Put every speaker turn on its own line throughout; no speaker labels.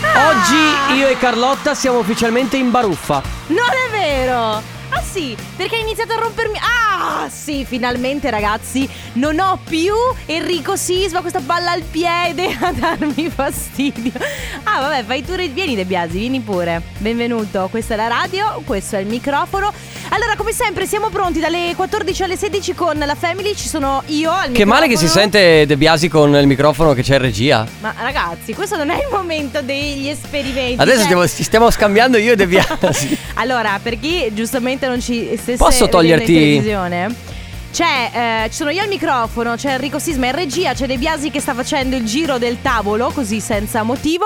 Oggi io e Carlotta siamo ufficialmente in baruffa.
Ah, Non è vero! Ah sì, perché hai iniziato a rompermi. Ah sì, finalmente ragazzi, non ho più Enrico Sisma, questa palla al piede a darmi fastidio. Ah vabbè, fai tu, vieni De Biasi, vieni pure. Benvenuto, questa è la radio, questo è il microfono. Allora, come sempre, siamo pronti dalle 14 alle 16 con la Family, ci sono io al
Che male che si
microfono.
sente De Biasi con il microfono che c'è in regia.
Ma ragazzi, questo non è il momento degli esperimenti.
Adesso
cioè-
stiamo, ci stiamo scambiando io e De Biasi.
Allora, per chi giustamente non ci stesse
Posso
vedendo
toglierti-
in televisione, c'è, eh, ci sono io al microfono, c'è Enrico Sisma in regia, c'è De Biasi che sta facendo il giro del tavolo, così senza motivo.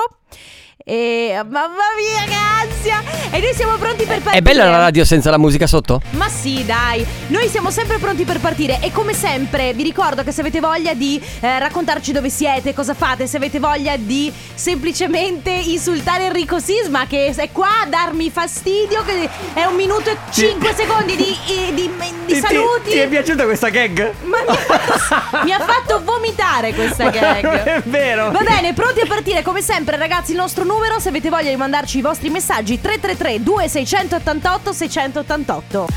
E mamma mia, che ansia! E noi siamo pronti per partire.
È bella la radio senza la musica sotto?
Ma sì, dai, noi siamo sempre pronti per partire e come sempre vi ricordo che se avete voglia di eh, raccontarci dove siete, cosa fate, se avete voglia di semplicemente insultare Enrico Sisma che è qua a darmi fastidio, che è un minuto e cinque secondi di, eh, di- di saluti.
piaciuta questa gag?
Ma mi ha, fatto, mi ha fatto vomitare questa gag.
vero.
Va bene, pronti a partire come sempre ragazzi il nostro numero, se avete voglia di mandarci i vostri messaggi 333 2688 688.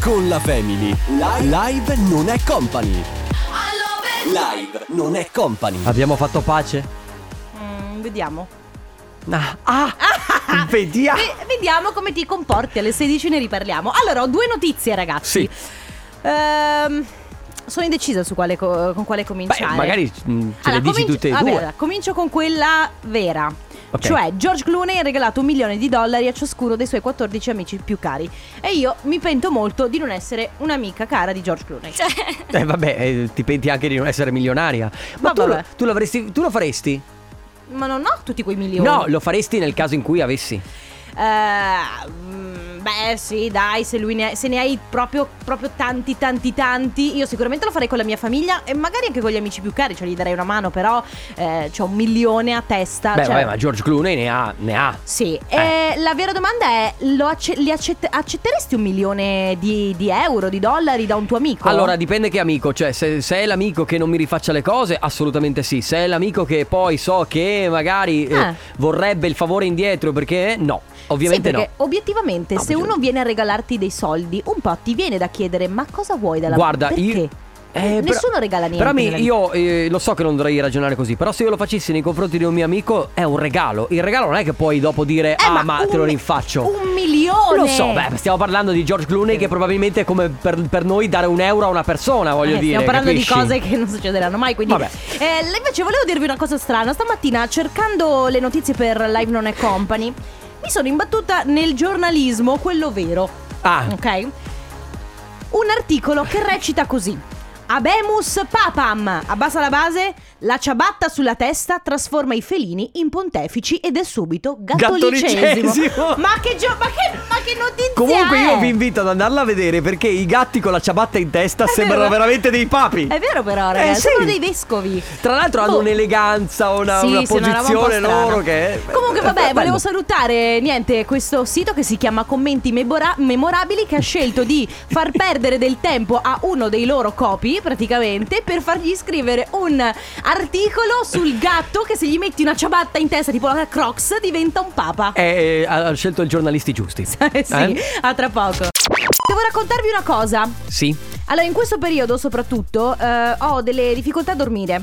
Con la Family. Live, live non è company. Live non è company.
Abbiamo fatto pace?
Mm, vediamo.
Ah, vediamo.
Ve- vediamo come ti comporti alle 16 ne riparliamo. Allora, ho due notizie, ragazzi.
Sì.
Ehm, sono indecisa su quale co- con quale
Beh,
cominciare.
magari mm, ce
Allora,
le dici
cominci-
tutte e
vabbè,
due.
allora, comincio con quella vera.
Ok.
Cioè, George Clooney ha regalato un milione di dollari a ciascuno dei suoi 14 amici più cari. E io mi pento molto di non essere un'amica cara di George Clooney.
Eh, vabbè, eh, ti penti anche di non essere milionaria. Ma
Ma
tu, lo,
vabbè.
tu l'avresti- tu lo faresti?
Ma non ho tutti quei milioni.
No, lo faresti nel caso in cui avessi.
Eh, mm, beh, sì, dai, se, lui ne, se ne hai proprio, proprio tanti, tanti, tanti. Io sicuramente lo farei con la mia famiglia e magari anche con gli amici più cari, cioè gli darei una mano, però eh, c'ho un milione a testa.
Beh,
cioè-
vabbè, ma George Clooney ne ha, ne ha.
Sì,
Eh.
eh, la vera domanda è: lo acce- li accett- accetteresti un milione di, di euro, di dollari da un tuo amico?
Allora dipende che amico, cioè se, se è l'amico che non mi rifaccia le cose assolutamente sì, se è l'amico che poi so che magari eh,
Ah.
vorrebbe il favore indietro perché no, ovviamente
sì, perché obiettivamente,
No,
se
bisogna-
uno viene a regalarti dei soldi, un po' ti viene da chiedere: ma cosa vuoi
no.
dalla
Guarda,
perché?
io... Eh, però-
Nessuno regala niente.
Però mi-
nella vita.
io eh, lo so che non dovrei ragionare così, però se io lo facessi nei confronti di un mio amico è un regalo. Il regalo non è che poi dopo dire
Eh,
ah ma, te lo
un-
rinfaccio.
Un milione.
Lo so, beh, stiamo parlando di George Clooney che probabilmente è come per, per noi dare un euro a una persona, voglio
Eh,
dire.
Stiamo parlando
capisci?
di cose che non succederanno mai. Quindi,
Vabbè.
Eh, le- invece, volevo dirvi una cosa strana. Stamattina, cercando le notizie per Live Non è Company, mi sono imbattuta nel giornalismo, quello vero.
Ah,
Ok? Un articolo che recita così. Abemus papam, abbassa la base, la ciabatta sulla testa trasforma i felini in pontefici ed è subito gattolicesimo.
Gattolicesimo.
Ma che, gio- ma che, ma che notizia
Comunque
è?
io vi invito ad andarla a vedere perché i gatti con la ciabatta in testa sembrano
vero.
veramente dei papi. Eh,
È vero però, ragazzi,
sì.
sono dei vescovi.
Tra l'altro hanno
Boh.
un'eleganza, una,
Sì,
una
sì, una roba un po'
posizione
strana.
loro che... eh,
Comunque, vabbè,
Bello.
volevo salutare niente, questo sito che si chiama Commenti Memora- Memorabili che ha scelto di far perdere del tempo a uno dei loro copy, praticamente, per fargli scrivere un articolo sul gatto che se gli metti una ciabatta in testa, tipo la Crocs, diventa un papa.
Eh, eh, ha scelto i giornalisti giusti.
Eh sì,
Eh?
a tra poco. Devo raccontarvi una cosa.
Sì.
Allora, in questo periodo soprattutto eh, ho delle difficoltà a dormire.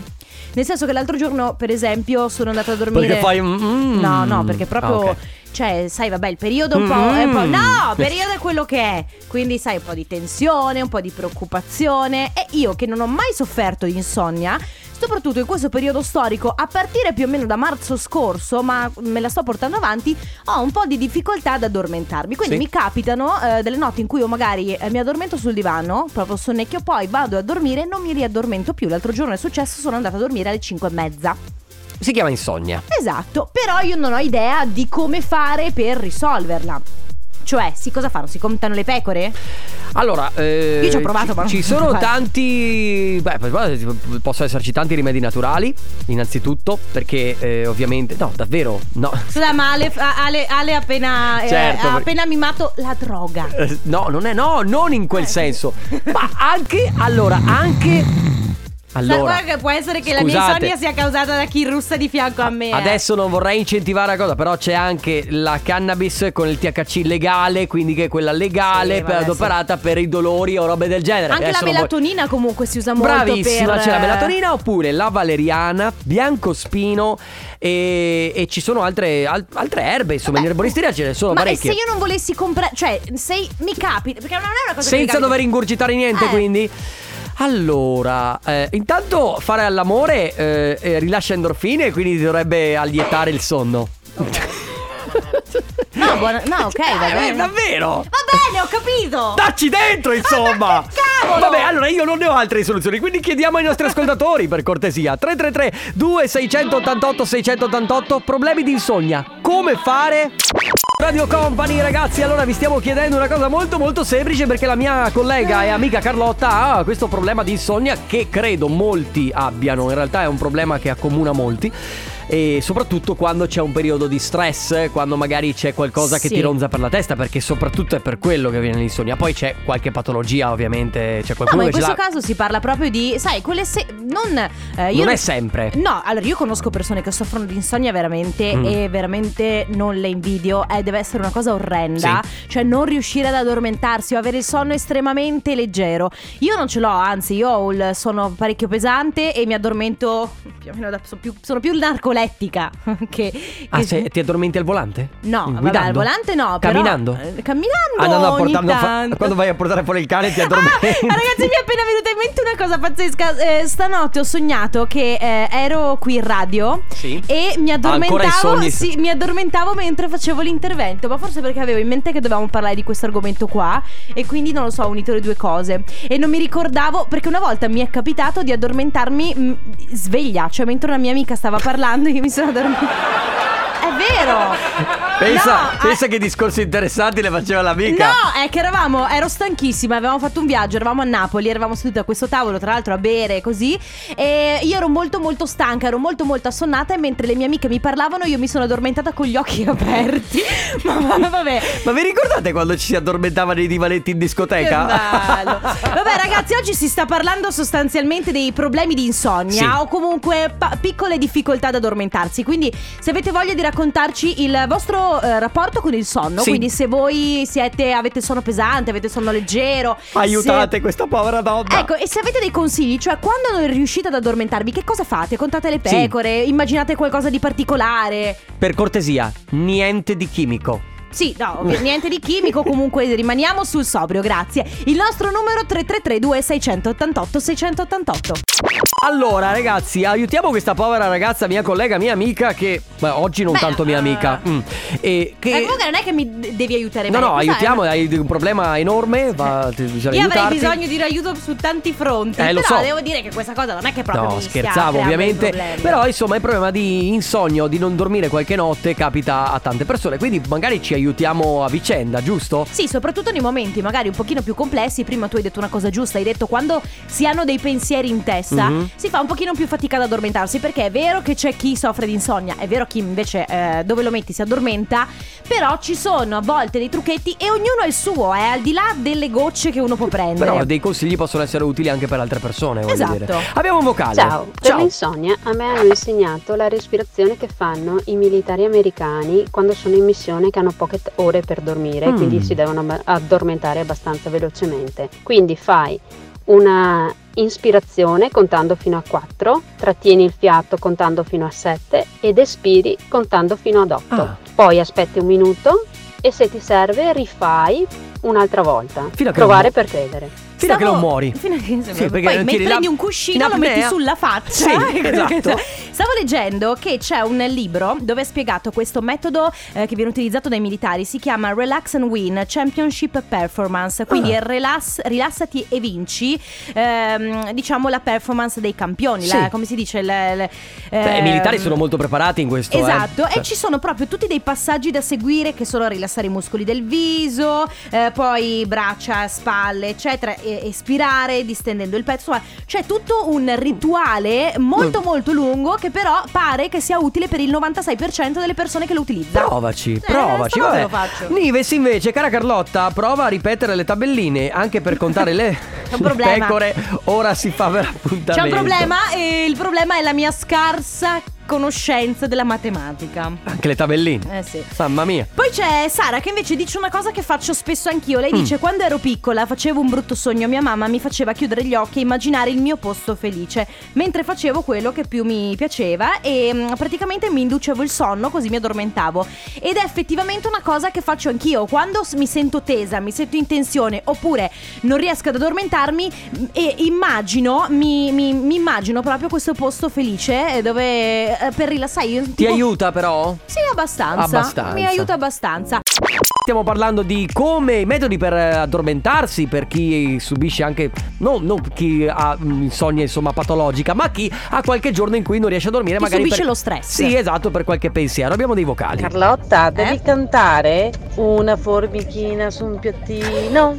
Nel senso che l'altro giorno, per esempio, sono andata a dormire.
Perché fai un mm.
No, no, perché proprio.
Ah, ok.
Cioè, sai, vabbè, il periodo un po',
Mm.
è un po'- No, periodo è quello che è. Quindi, sai, un po' di tensione, un po' di preoccupazione. E io che non ho mai sofferto di insonnia. Soprattutto in questo periodo storico, a partire più o meno da marzo scorso, ma me la sto portando avanti, ho un po' di difficoltà ad addormentarmi. Quindi
Sì.
mi capitano eh, delle notti in cui io magari eh, mi addormento sul divano, proprio sonnecchio, poi vado a dormire e non mi riaddormento più. L'altro giorno è successo, sono andata a dormire alle 5 e mezza.
Si chiama insonnia.
Esatto, però io non ho idea di come fare per risolverla. Cioè, si cosa fanno? Si contano le pecore?
Allora, eh,
Io ci ho provato, ma non-
Ci sono
Vai.
tanti. Beh, per- per- possono esserci tanti rimedi naturali. Innanzitutto, perché eh, ovviamente. No, davvero, no.
Scusa, ma Ale, Ale, Ale appena, eh,
Certo,
ha
per-
appena mimato la droga.
Eh,
Eh.
No, non è no, non in quel senso. Ma anche allora, anche
Sai,
Allora,
guarda che può essere che la mia
scusate.
insonnia sia causata da chi russa di fianco a me. eh.
Adesso non vorrei incentivare la cosa, però c'è anche la cannabis con il THC legale, quindi che è quella legale
Sì,
per-
vabbè,
adoperata per i dolori o robe del genere.
Anche
Adesso
la
non voglio-
melatonina comunque si usa molto
Bravissima,
per-
c'è la melatonina oppure la valeriana, biancospino e, e ci sono altre, al- altre erbe, insomma, in erboristeria ce ne sono
Ma eh,
parecchie.
se io non volessi comprare, cioè, se mi capita, perché non è una cosa che mi
Senza
capita.
dover ingurgitare niente,
Eh.
quindi. Allora, eh, intanto fare all'amore eh, eh, rilascia endorfine, quindi dovrebbe allietare il sonno.
No, buona- no, ok, va
Eh,
bene.
davvero?
Va bene, ho capito.
Dacci dentro, insomma!
Ah, che cavolo!
Vabbè, Eh, allora io non ne ho altre soluzioni, quindi chiediamo ai nostri ascoltatori, per cortesia. 333 2688 688 problemi di insonnia. Come fare? Radio Company, ragazzi, allora vi stiamo chiedendo una cosa molto molto semplice perché la mia collega e amica Carlotta ha questo problema di insonnia che credo molti abbiano, in realtà è un problema che accomuna molti e soprattutto quando c'è un periodo di stress, quando magari c'è qualcosa che
Sì.
ti ronza per la testa perché soprattutto è per quello che viene l'insonnia. Poi c'è qualche patologia ovviamente, c'è
No,
qualcuno
ma in
che ce
questo
l'ha.
caso si parla proprio di, sai, quelle se... non eh, io
Non è sempre.
No, allora io conosco persone che soffrono di insonnia veramente
Mm.
e veramente non le invidio, eh, deve essere una cosa orrenda, cioè non riuscire ad addormentarsi o avere il sonno estremamente leggero. Io non ce l'ho, anzi io ho il sonno parecchio pesante e mi addormento più o meno da, so- più- sono più narcolettica che,
Ah,
che-
se ti addormenti al volante?
No,
Mm,
vabbè, al
guidando?
volante no, però-
Camminando?
eh, camminando
Ah, no, no, a
ogni
portare- no, fa-
tanto.
quando vai a portare fuori il cane ti addormenti.
Ah, ragazzi, mi è appena venuta in mente una cosa pazzesca. Eh, stanotte ho sognato che eh, ero qui in radio
Sì.
e mi
ancora i
addormentavo.
sogni.
sì, mi addormentavo mentre facevo l'intervento. Ma forse perché avevo in mente che dovevamo parlare di questo argomento qua. E quindi non lo so, ho unito le due cose. E non mi ricordavo perché una volta mi è capitato di addormentarmi mh, sveglia, cioè mentre una mia amica stava parlando, io mi sono addormentata. È vero!
Pensa,
No, eh.
pensa che discorsi interessanti le faceva l'amica.
No, è che eravamo, ero stanchissima, avevamo fatto un viaggio, eravamo a Napoli, eravamo seduti a questo tavolo, tra l'altro a bere così. E io ero molto molto stanca, ero molto molto assonnata e mentre le mie amiche mi parlavano io mi sono addormentata con gli occhi aperti. Ma va- vabbè.
Ma vi ricordate quando ci si addormentava nei divanetti in
Che
discoteca?
bello. Vabbè ragazzi oggi si sta parlando sostanzialmente dei problemi di insonnia
Sì.
o comunque pa- piccole difficoltà ad addormentarsi quindi se avete voglia di raccontarci il vostro eh, rapporto con il sonno
Sì.
quindi se voi siete, avete sonno pesante, avete sonno leggero
Aiutate questa povera
se-
donna.
Ecco, e se avete dei consigli, cioè quando non riuscite ad addormentarvi, che cosa fate? Contate le
Sì.
pecore, immaginate qualcosa di particolare.
Per cortesia, niente di chimico.
Sì, no, ovvi- niente di chimico, comunque rimaniamo sul sobrio, grazie. Il nostro numero 333 2688 688.
Allora, ragazzi, aiutiamo questa povera ragazza, mia collega, mia amica, che beh, oggi non
Beh,
tanto mia
eh.
amica. mm, e che...
Eh, comunque non è che mi de- devi aiutare
No,
bene,
no,
cos'è?
aiutiamo, hai un problema enorme, va, ti- bisogna
Io avrei
aiutarti.
bisogno di aiuto su tanti fronti.
Eh, lo
però
so.
devo dire che questa cosa non è che proprio
No,
mi stia
scherzavo
creando dei
ovviamente.
problemi.
Però insomma il problema di insonnia o di non dormire qualche notte capita a tante persone. Quindi magari ci aiutiamo a vicenda, giusto?
Sì, soprattutto nei momenti magari un pochino più complessi. Prima tu hai detto una cosa giusta, hai detto quando si hanno dei pensieri in testa
Mhm.
si fa un pochino più fatica ad addormentarsi perché è vero che c'è chi soffre di insonnia, è vero chi invece eh, dove lo metti si addormenta, però ci sono a volte dei trucchetti e ognuno ha il suo, è al di là delle gocce che uno può prendere.
Però dei consigli possono essere utili anche per altre persone, voglio
Esatto.
dire. Abbiamo un vocale.
Ciao, per l'insonnia a me hanno insegnato la respirazione che fanno i militari americani quando sono in missione che hanno poche t- ore per dormire,
Mm.
quindi si devono am- addormentare abbastanza velocemente. Quindi fai una inspirazione contando fino a 4, trattieni il fiato contando fino a 7 ed espiri contando fino ad 8.
Ah.
Poi aspetti un minuto e se ti serve rifai un'altra volta.
Fino a che
Provare
non-
per credere.
Fino a che
Stavo-
non muori.
Fino a che
Sì, perché
Poi
non
me-
tiri la-
prendi un cuscino,
in
lo metti
apnea.
sulla faccia.
Sì, esatto.
Stavo leggendo che c'è un libro dove è spiegato questo metodo eh, che viene utilizzato dai militari. Si chiama Relax and Win Championship Performance. Quindi
Ah.
è relax- rilassati e vinci, ehm, diciamo, la performance dei campioni.
Sì.
la- come si dice? le- le-
Beh, I militari
ehm,
sono molto preparati in questo. eh.
Esatto,
Cioè,
e ci sono proprio tutti dei passaggi da seguire che sono rilassare i muscoli del viso, eh, poi braccia, spalle, eccetera, e eh, espirare distendendo il petto. Insomma, c'è tutto un rituale
Mm.
molto molto lungo che però pare che sia utile per il 96% delle persone che lo utilizzano.
Provaci,
Eh, stavolta
provaci. Vabbè.
lo faccio.
Nives invece, cara Carlotta, prova a ripetere le tabelline anche per contare le,
un
le
problema.
pecore. Ora si fa per appuntamento.
C'è un problema e il problema è la mia scarsa conoscenza della matematica.
Anche le tabelline.
Eh sì.
Mamma mia.
Poi c'è Sara che invece dice una cosa che faccio spesso anch'io.
Mm.
Lei dice: Quando ero piccola facevo un brutto sogno. Mia mamma mi faceva chiudere gli occhi e immaginare il mio posto felice mentre facevo quello che più mi piaceva. E mm, praticamente mi inducevo il sonno così mi addormentavo. Ed è effettivamente una cosa che faccio anch'io. Quando s- mi sento tesa, mi sento in tensione oppure non riesco ad addormentarmi mm, e immagino, mi, mi- mi immagino proprio questo posto felice eh, dove eh, per rilassare. Io,
Ti
tipo-
aiuta però?
sì, abbastanza.
Abbastanza.
Mi aiuta abbastanza.
Stiamo parlando di come i metodi per eh, addormentarsi per chi subisce anche, no, non chi ha mm, insonnia insomma patologica, ma chi ha qualche giorno in cui non riesce a dormire
Chi
magari
subisce
per-
lo stress.
Sì, esatto, per qualche pensiero. Abbiamo dei vocali.
Carlotta, devi
Eh?
cantare una formichina su un piattino.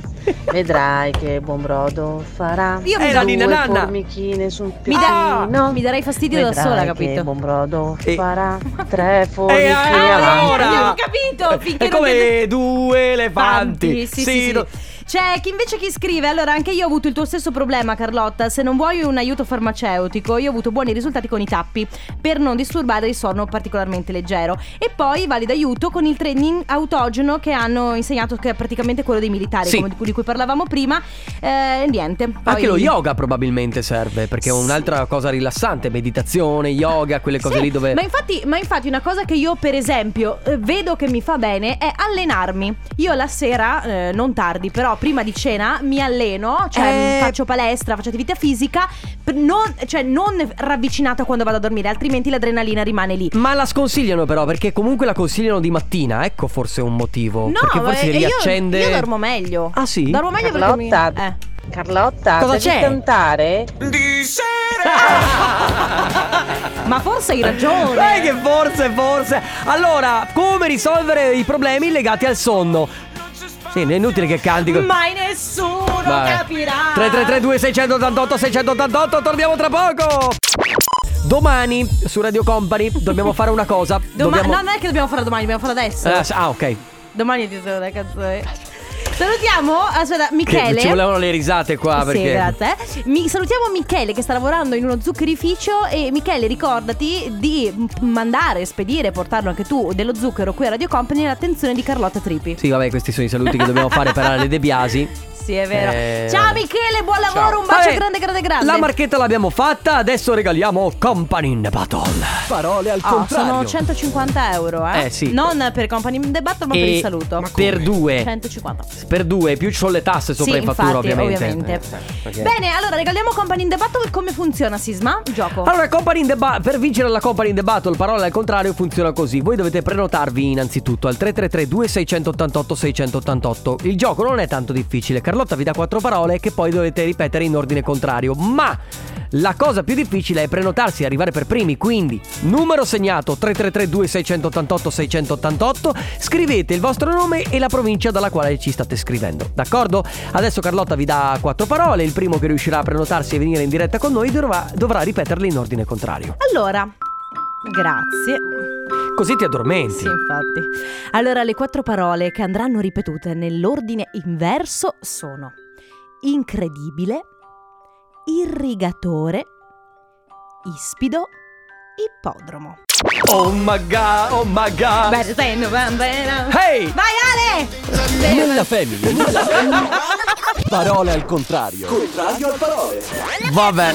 Vedrai che buon brodo farà.
Io mi
Eh,
do-
la
Due
ninna nanna.
formichine su un
mi,
Ah!
dai-
piattino.
mi darei fastidio da
Vedrai
sola,
Che
capito? Eh, ah,
buon brodo
E-
farà. Tre formichine
E
avanti.
allora?
Abbiamo capito, finché
È
non
come
vede-
due elefanti.
Sì, sì, sì.
no-
C'è chi invece chi scrive, allora anche io ho avuto il tuo stesso problema Carlotta, se non vuoi un aiuto farmaceutico, io ho avuto buoni risultati con i tappi per non disturbare il sonno particolarmente leggero e poi valido aiuto con il training autogeno che hanno insegnato che è praticamente quello dei militari,
Sì.
come di, cui- di cui parlavamo prima, eh, niente. Poi-
Anche lo yoga probabilmente serve perché è
Sì.
un'altra cosa rilassante, meditazione, yoga, quelle cose
Sì,
lì dove...
ma, infatti, ma infatti una cosa che io per esempio eh, vedo che mi fa bene è allenarmi. Io la sera, eh, non tardi, però prima di cena mi alleno, cioè
Eh.
faccio palestra, faccio attività fisica, p- non, cioè non ravvicinata quando vado a dormire, altrimenti l'adrenalina rimane lì.
Ma la sconsigliano però perché comunque la consigliano di mattina, ecco forse un motivo.
No,
perché forse
eh, io-
riaccende...
Io, dormo meglio.
Ah sì?
Dormo meglio perché mi...
Carlotta,
eh.
Carlotta,
Cosa
devi
c'è?
cantare
Ma forse hai ragione.
Eh, che forse, forse. Allora, come risolvere i problemi legati al sonno? Sì, è inutile che canti. con-
Mai nessuno
Vabbè.
capirà.
3332 688 688 torniamo tra poco. Domani su Radio Company dobbiamo fare una cosa.
Doma-
dobbiamo...
No, non è che dobbiamo farla domani, dobbiamo farla adesso.
Eh, ah, ok.
Domani ti sono la canzone. Salutiamo, aspetta,
Che
Michele.
ci volevano le risate qua
Sì,
perché.
grazie. eh. Mi- salutiamo Michele che sta lavorando in uno zuccherificio e Michele ricordati di m- mandare, spedire, portarlo anche tu dello zucchero qui a Radio Company all'attenzione di Carlotta Tripi.
Sì, vabbè, questi sono i saluti che dobbiamo fare per Ale De Biasi.
Sì, è vero.
Eh,
Ciao Michele, buon lavoro,
Ciao.
un bacio
Vabbè,
grande, grande, grande.
La marchetta l'abbiamo fatta, adesso regaliamo Company in Battle.
Parole al
Oh, sono
contrario.
150 euro, eh?
Eh, sì.
Non per Company in Debatto, ma per
E
il saluto.
per due.
150.
Per due, più ci sono le tasse sopra
sì,
in fattura,
infatti,
ovviamente.
ovviamente.
Eh, perché-
Bene, allora regaliamo Company in the Battle. Come funziona, Sisma? Il Gioco.
Allora, Company in the Ba- per vincere la Company in the Battle, parole al contrario, funziona così. Voi dovete prenotarvi innanzitutto al 333-2688-688. Il gioco non è tanto difficile. Carlotta vi dà quattro parole che poi dovete ripetere in ordine contrario. Ma la cosa più difficile è prenotarsi e arrivare per primi. Quindi, numero segnato 333-2688-688. Scrivete il vostro nome e la provincia dalla quale ci state scrivendo. D'accordo? Adesso Carlotta vi dà quattro parole. Il primo che riuscirà a prenotarsi e venire in diretta con noi dovrà, dovrà ripeterle in ordine contrario.
Allora, grazie.
Così ti addormenti.
Sì, infatti. Allora, le quattro parole che andranno ripetute nell'ordine inverso sono incredibile, irrigatore, ispido, ippodromo.
Oh my god, oh my god.
Bene, stai- bene, bene.
Hey!
Vai Ale!
Nella family. Nella family. Parole al contrario. Contrario al parole.
Vabbè.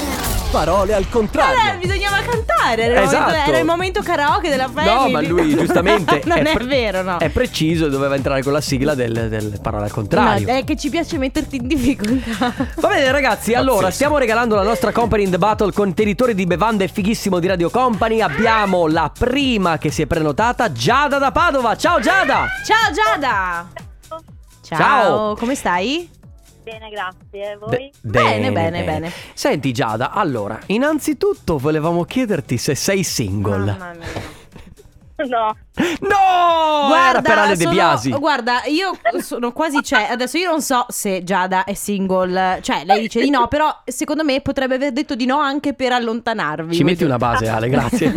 Parole al
Vabbè,
contrario.
bisognava cantare, era, il momento-
Esatto.
era il momento karaoke della famiglia.
No, ma lui giustamente
non è,
pre-
vero, no.
È preciso, doveva entrare con la sigla del, del parole al
No,
contrario.
è che ci piace metterti in difficoltà.
Va bene ragazzi, allora stiamo regalando la nostra Company in the Battle contenitori di bevande fighissimo di Radio Company. Abbiamo la prima che si è prenotata, Giada da Padova. Ciao Giada!
Ciao Giada! Ciao,
Ciao.
come stai?
Bene, grazie. Voi?
Be-
Bene, bene, bene.
Senti Giada, allora, innanzitutto volevamo chiederti se sei single.
Mamma mia. No,
No! era per Ale De
sono-
Biasi.
Guarda, io sono quasi cioè, adesso io non so se Giada è single, cioè lei dice di no, però secondo me potrebbe aver detto di no anche per allontanarvi.
Ci metti una base, Ale, grazie.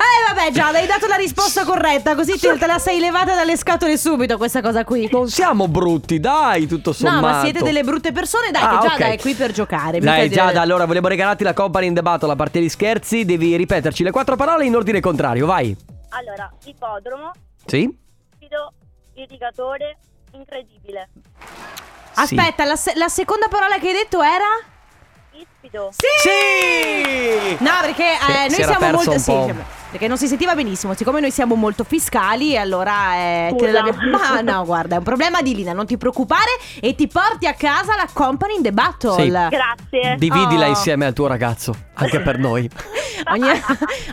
Eh vabbè Giada, hai dato la risposta corretta, così te, te la sei levata dalle scatole subito questa cosa qui.
Non siamo brutti, dai, tutto sommato.
No, ma siete delle brutte persone, dai,
Ah,
che Giada
ok.
è qui per giocare. mi fai
Dai,
dire-
Giada, allora volevo regalarti la company in the battle a parte gli scherzi. Devi ripeterci le quattro parole in ordine contrario, vai.
allora, ippodromo,
Sì?
fido, litigatore, incredibile,
Aspetta, la, se- la seconda parola che hai detto era?
ispido,
Sì!
No, perché
Si-
eh,
si
noi
era
siamo
perso
molto.
un
sì,
po'.
cioè, perché non si sentiva benissimo. Siccome noi siamo molto fiscali, allora. Eh,
Scusa.
credo abbia- Ma no, guarda, è un problema di Lina. Non ti preoccupare e ti porti a casa la company in the battle.
Sì.
grazie.
Dividila
Oh.
insieme al tuo ragazzo, anche per noi.
Ogni,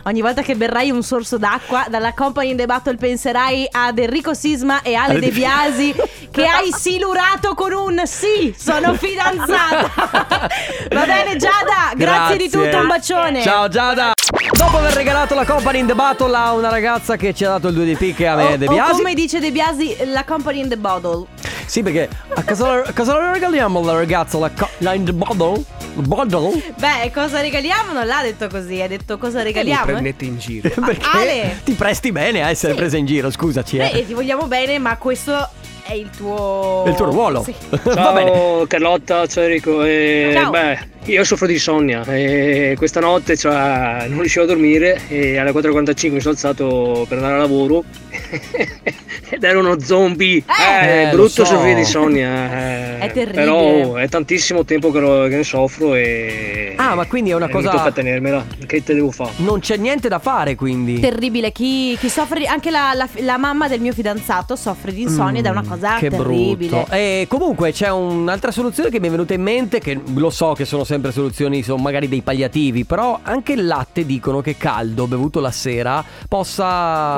ogni volta che berrai un sorso d'acqua dalla company in the battle penserai ad Enrico Sisma e Ale
Ale
De
De
Biasi che hai silurato con un sì, sono fidanzata. Va bene Giada, grazie, di
Grazie.
tutto, un bacione.
Ciao Giada! Dopo aver regalato la company in the battle a una ragazza che ci ha dato il 2 di picche a me
O-
e De
o
Biasi.
Oh, come dice De Biasi, la company in the bottle.
Sì, perché a cosa, a cosa la regaliamo alla ragazza la, co- la in the bottle? Bottle?
Beh, cosa regaliamo? Non l'ha detto così, ha detto cosa regaliamo. Ah,
in giro.
Perché
Ale.
ti presti bene a essere
Sì.
presa in giro, scusaci.
Beh,
Eh.
e ti vogliamo bene, ma questo è il tuo...
È il tuo ruolo.
Sì.
Va bene.
Ciao Carlotta, ciao Enrico. Eh,
Ciao.
Beh, io soffro di insonnia e questa notte cioè, non riuscivo a dormire e alle 4.45 mi sono alzato per andare a lavoro ed ero uno zombie.
Eh.
Eh,
Eh, lo so.
brutto soffrire di insonnia. eh.
È terribile.
Però è tantissimo tempo che, lo- che ne soffro e...
Ah, ma quindi è una
e
cosa-
Mi tocca tenermela. Che te devo fare?
Non c'è niente da fare, quindi.
Terribile, chi, chi soffre di- anche la, la- la mamma del mio fidanzato soffre di insonnia ed è una cosa
che
terribile.
brutto. E comunque c'è un'altra soluzione che mi è venuta in mente, che lo so che sono sempre soluzioni, sono magari dei palliativi, però anche il latte dicono che caldo, bevuto la sera, possa...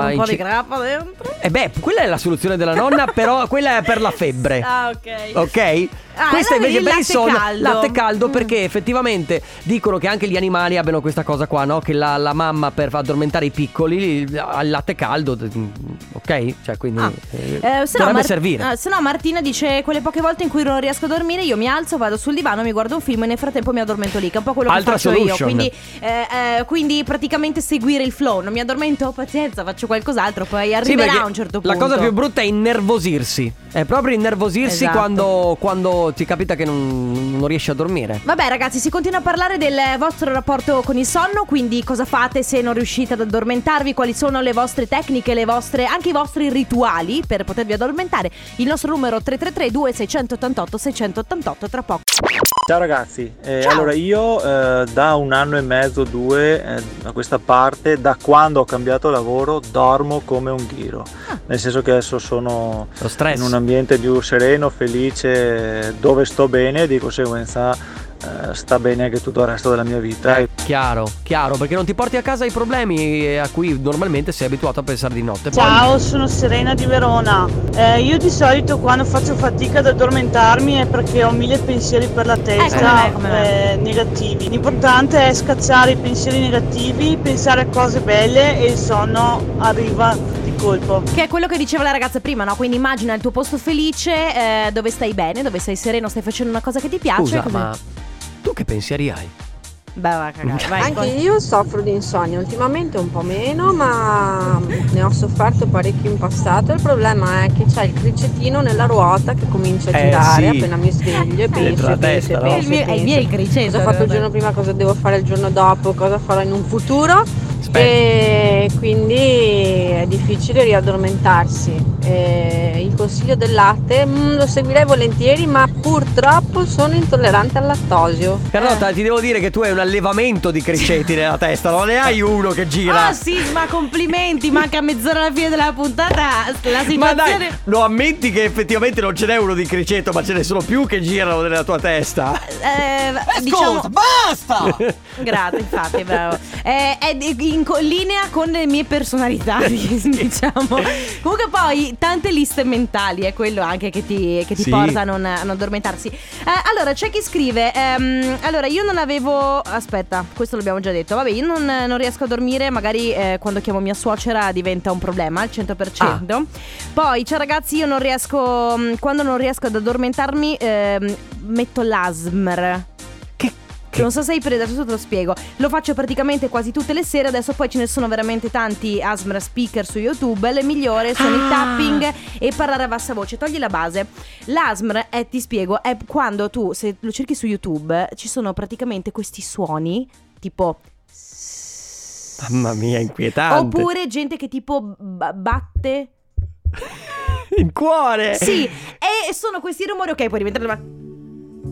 Con un po' di
inci-
grappa dentro.
Eh beh, quella è la soluzione della nonna, però quella è per la febbre.
Ah, ok.
Ok?
Ah,
Questa
allora
invece
il
per
latte
il sonno
caldo.
latte caldo
Mm.
perché effettivamente dicono che anche gli animali abbiano questa cosa qua, no? Che la, la mamma per addormentare i piccoli ha il latte caldo, mm, ok? Cioè quindi
Ah.
eh,
Eh, se no
dovrebbe
Mar-
servire.
ah, se no Martina dice quelle poche volte in cui non riesco a dormire io mi alzo, vado sul divano, mi guardo un film e nel frattempo mi addormento lì, che è un po' quello
Altra
che faccio
solution.
io. Quindi, eh, eh, quindi praticamente seguire il flow, non mi addormento, pazienza, faccio qualcos'altro, poi
Sì,
arriverà
perché
a un certo
La
punto.
cosa più brutta è innervosirsi. È proprio innervosirsi
Esatto.
quando, quando ti capita che non, non riesci a dormire.
Vabbè ragazzi, si continua a parlare del vostro rapporto con il sonno, quindi cosa fate se non riuscite ad addormentarvi, quali sono le vostre tecniche, le vostre, anche i vostri rituali per potervi addormentare. Il nostro numero 333-2688-688 tra poco.
Ciao ragazzi, eh,
Ciao.
allora io eh, da un anno e mezzo, due eh, a questa parte, da quando ho cambiato lavoro, dormo come un ghiro.
Ah.
Nel senso che adesso sono
Lo
Eh,
stress.
in un ambiente più sereno, felice, dove sto bene e di conseguenza eh, sta bene anche tutto il resto della mia vita. E
Chiaro, chiaro, perché non ti porti a casa i problemi eh, a cui normalmente sei abituato a pensare di notte. Poi-
Ciao, sono Serena di Verona. Eh, io di solito quando faccio fatica ad addormentarmi è perché ho mille pensieri per la testa
Ecco, come me, come me.
eh, negativi. L'importante è scacciare i pensieri negativi, pensare a cose belle e il sonno arriva di colpo.
Che è quello che diceva la ragazza prima, no? Quindi immagina il tuo posto felice, eh, dove stai bene, dove sei sereno, stai facendo una cosa che ti piace.
Scusa,
come-
ma tu che pensieri hai?
Beh, va a cagare, vai.
Anche io soffro di insonnia, ultimamente un po' meno, ma ne ho sofferto parecchio in passato. Il problema è che c'è il cricettino nella ruota che comincia a
Eh,
girare
sì.
appena mi sveglio e penso,
Dentro la
penso,
testa, no?
penso,
Il mio- è il mio
penso.
il criceto,
Cosa ho fatto il
vabbè.
giorno prima, cosa devo fare il giorno dopo, cosa farò in un futuro
Aspetta.
e quindi è difficile riaddormentarsi. E il consiglio del latte mm, lo seguirei volentieri, ma purtroppo sono intollerante al lattosio. Eh.
Eh.
Carlotta, ti devo dire che tu hai un allevamento di criceti nella testa, non ne hai uno che gira.
Ah, Sisma, complimenti, manca mezz'ora alla fine della puntata. La situazione...
ma dai, lo ammetti che effettivamente non ce n'è uno di criceto, ma ce ne sono più che girano nella tua testa.
Eh, diciamo,
basta!
grazie, infatti, bravo. Eh, è di- in co- linea con le mie personalità. diciamo. Comunque poi tante liste mentali è quello anche che ti, che ti
Sì.
porta a non, a non addormentarsi. Eh, allora c'è chi scrive, ehm, allora io non avevo, aspetta, questo l'abbiamo già detto, vabbè io non, non riesco a dormire, magari eh, quando chiamo mia suocera diventa un problema al 100%. Poi c'è ragazzi io non riesco, mh, quando non riesco ad addormentarmi ehm, metto l'asmr. Non so se hai preso, adesso te lo spiego. Lo faccio praticamente quasi tutte le sere, adesso poi ce ne sono veramente tanti ASMR speaker su YouTube, le migliori sono
Ah.
i tapping e parlare a bassa voce, togli la base. L'ASMR è, ti spiego, è quando tu, se lo cerchi su YouTube, ci sono praticamente questi suoni, tipo...
Mamma mia, inquietante.
Oppure gente che tipo b- batte...
Il cuore.
Sì, e sono questi rumori, ok, puoi diventare... ma-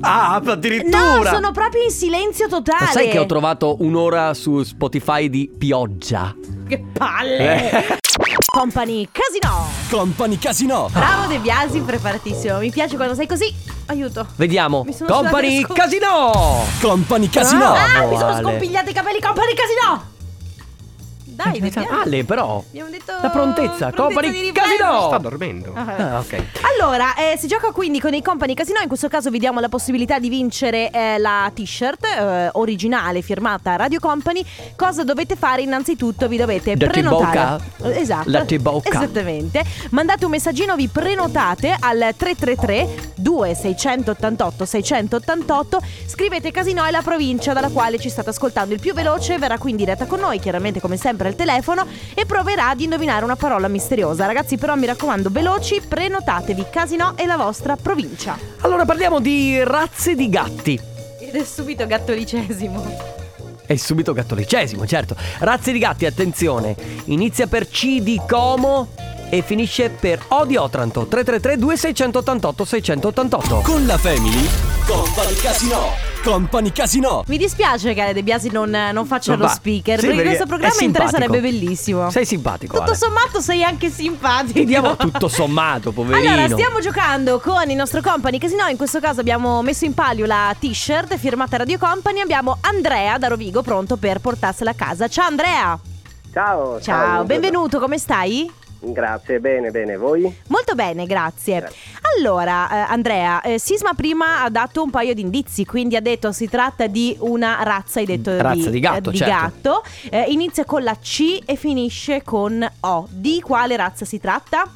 Ah,
No,
addirittura.
sono proprio in silenzio totale.
Ma sai che ho trovato un'ora su Spotify di pioggia?
Che palle! Company Casino!
Company Casino.
Bravo De Biasi, preparatissimo. Mi piace quando sei così. Aiuto.
Vediamo.
Mi sono
Company
sudata le scu-
Casino.
Company Casino.
Ah, mi sono
Ale.
scompigliati i capelli. Company Casino! Dai, De Biasi.
Ale, però.
Abbiamo detto
La prontezza. Company
di riflesso.
Casino.
Sta dormendo.
Ah.
Ah, ok.
Allora, eh, si gioca quindi con i company casino. In questo caso vi diamo la possibilità di vincere eh, la t-shirt eh, originale firmata Radio Company. Cosa dovete fare? Innanzitutto vi dovete
La
prenotare.
T-Bocca.
Eh, Esatto.
La T-Bocca.
Esattamente. Mandate un messaggino, vi prenotate al 333 2688 688. Scrivete casino e la provincia dalla quale ci state ascoltando. Il più veloce verrà qui in diretta con noi, chiaramente come sempre al telefono e proverà ad indovinare una parola misteriosa. Ragazzi, però mi raccomando, veloci, prenotatevi Casino e la vostra provincia.
Allora parliamo di razze di gatti.
Ed è subito gattolicesimo.
È subito cattolicesimo, certo. Razze di gatti, attenzione. Inizia per C di Como e finisce per O di Otranto. 333-2688-688.
Con la Family. Company Casino. Company Casino.
Mi dispiace che Ale De Biasi non, non faccia
Non
lo
va.
speaker,
Sì,
perché
perché
questo
è
programma in tre
simpatico.
sarebbe bellissimo.
Sei simpatico.
Tutto
Ale.
sommato sei anche simpatico.
Ti diamo tutto sommato, poverino.
Allora, stiamo giocando con il nostro company Casino. In questo caso abbiamo messo in palio la t-shirt firmata Radio Company. Abbiamo Andrea da Rovigo pronto per portarsela a casa. Ciao Andrea!
Ciao.
Ciao, benvenuto, come stai?
Grazie, bene, bene. Voi?
Molto bene, grazie.
Grazie.
Allora, eh, Andrea, eh, Sisma prima ha dato un paio di indizi, quindi ha detto si tratta di una razza, hai detto
Razza di gatto,
eh, di
certo.
gatto. Eh, inizia con la C e finisce con O. Di quale razza si tratta?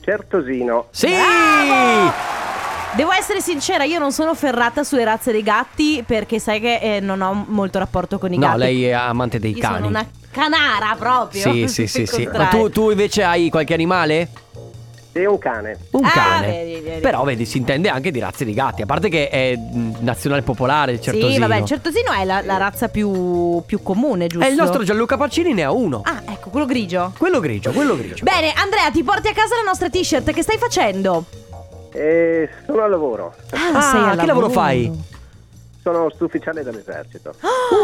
Certosino.
Sì!
Bravo! Devo essere sincera, io non sono ferrata sulle razze dei gatti perché sai che eh, non ho molto rapporto con i
No,
gatti.
lei è amante dei
Io
cani.
sono una canara proprio.
Sì, sì, sì,
Il
sì. Ma
contrario.
tu, tu invece hai qualche animale?
Sei un cane.
Un
Ah,
cane.
vedi, vedi.
Però vedi, si intende anche di razze di gatti, a parte che è mh, nazionale popolare, il certosino.
Sì, vabbè, il certosino è la, la razza più, più comune, giusto?
E il nostro Gianluca Pacini ne ha uno.
Ah, ecco, quello grigio.
Quello grigio, quello grigio.
Bene, Andrea, ti porti a casa la nostra t-shirt. Che stai facendo?
E sono Eh, al lavoro.
Ah,
sei al
che lavoro fai?
Sono stufficiale dell'esercito.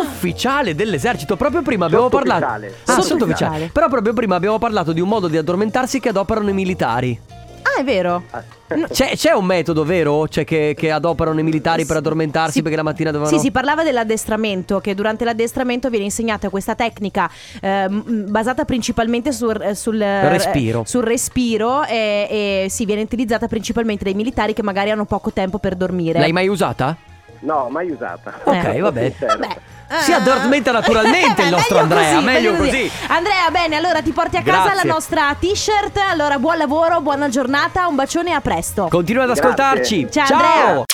Ufficiale dell'esercito, proprio prima abbiamo
Sottufficiale.
parlato. Ah,
Sottufficiale.
sottufficiale. Però proprio prima abbiamo parlato di un modo di addormentarsi che adoperano i militari.
Ah, è vero.
Ah,
C'è, c'è un metodo, vero? Cioè, che, che adoperano i militari per addormentarsi
Sì.
perché la mattina devono.
Sì, si parlava dell'addestramento, che durante l'addestramento viene insegnata questa tecnica eh, m- basata principalmente sul, eh, sul
Respiro.
sul respiro e, e sì, viene utilizzata principalmente dai militari che magari hanno poco tempo per dormire.
L'hai mai usata?
No, mai usata.
Ok,
Eh.
Sono
vabbè.
sincero.
Vabbè.
Si addormenta naturalmente il
Beh,
nostro
eh, meglio
Andrea,
così,
meglio così.
Andrea, bene, allora ti porti a casa
Grazie.
la nostra t-shirt. Allora, buon lavoro, buona giornata, un bacione e a presto.
Continua ad
Grazie.
ascoltarci.
Ciao, Andrea.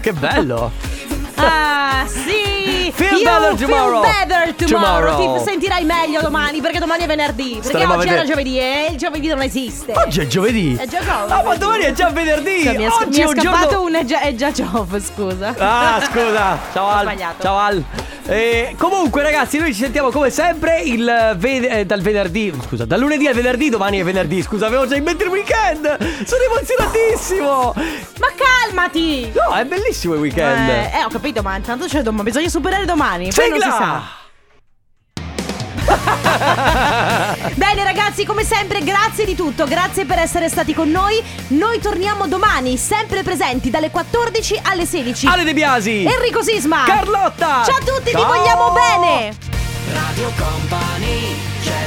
Che bello!
Ah, sì!
Feel
You
better tomorrow.
Feel better tomorrow.
Tomorrow.
Ti sentirai meglio domani perché domani è venerdì. Perché
Staremo a
oggi era
vedere.
giovedì e il giovedì non esiste.
Oggi è giovedì.
È già giovedì.
Ah, ma domani è già venerdì.
Eh, Cioè, mi è, sca-
Oggi
mi è
un
scappato
giorno...
un è già, è già Giove, scusa.
Ah, scusa. Ciao
Ho
Al.
sbagliato.
Ciao Al. Eh, comunque ragazzi, noi ci sentiamo come sempre il ve- eh, dal venerdì, scusa, dal lunedì al venerdì, domani è venerdì, scusa, avevo già in mente il weekend. Sono emozionatissimo.
Ma calmati!
No, è bellissimo il weekend.
Eh, eh, ho capito, ma intanto c'è domani. Bisogna superare domani. Poi non si sa.
Sigla!
Bene ragazzi, come sempre grazie di tutto, grazie per essere stati con noi. Noi torniamo domani, sempre presenti dalle 14 alle 16.
Ale De Biasi.
Enrico Sisma.
Carlotta.
Ciao a tutti, vi
Ciao.
vogliamo bene.
Radio Company, c'è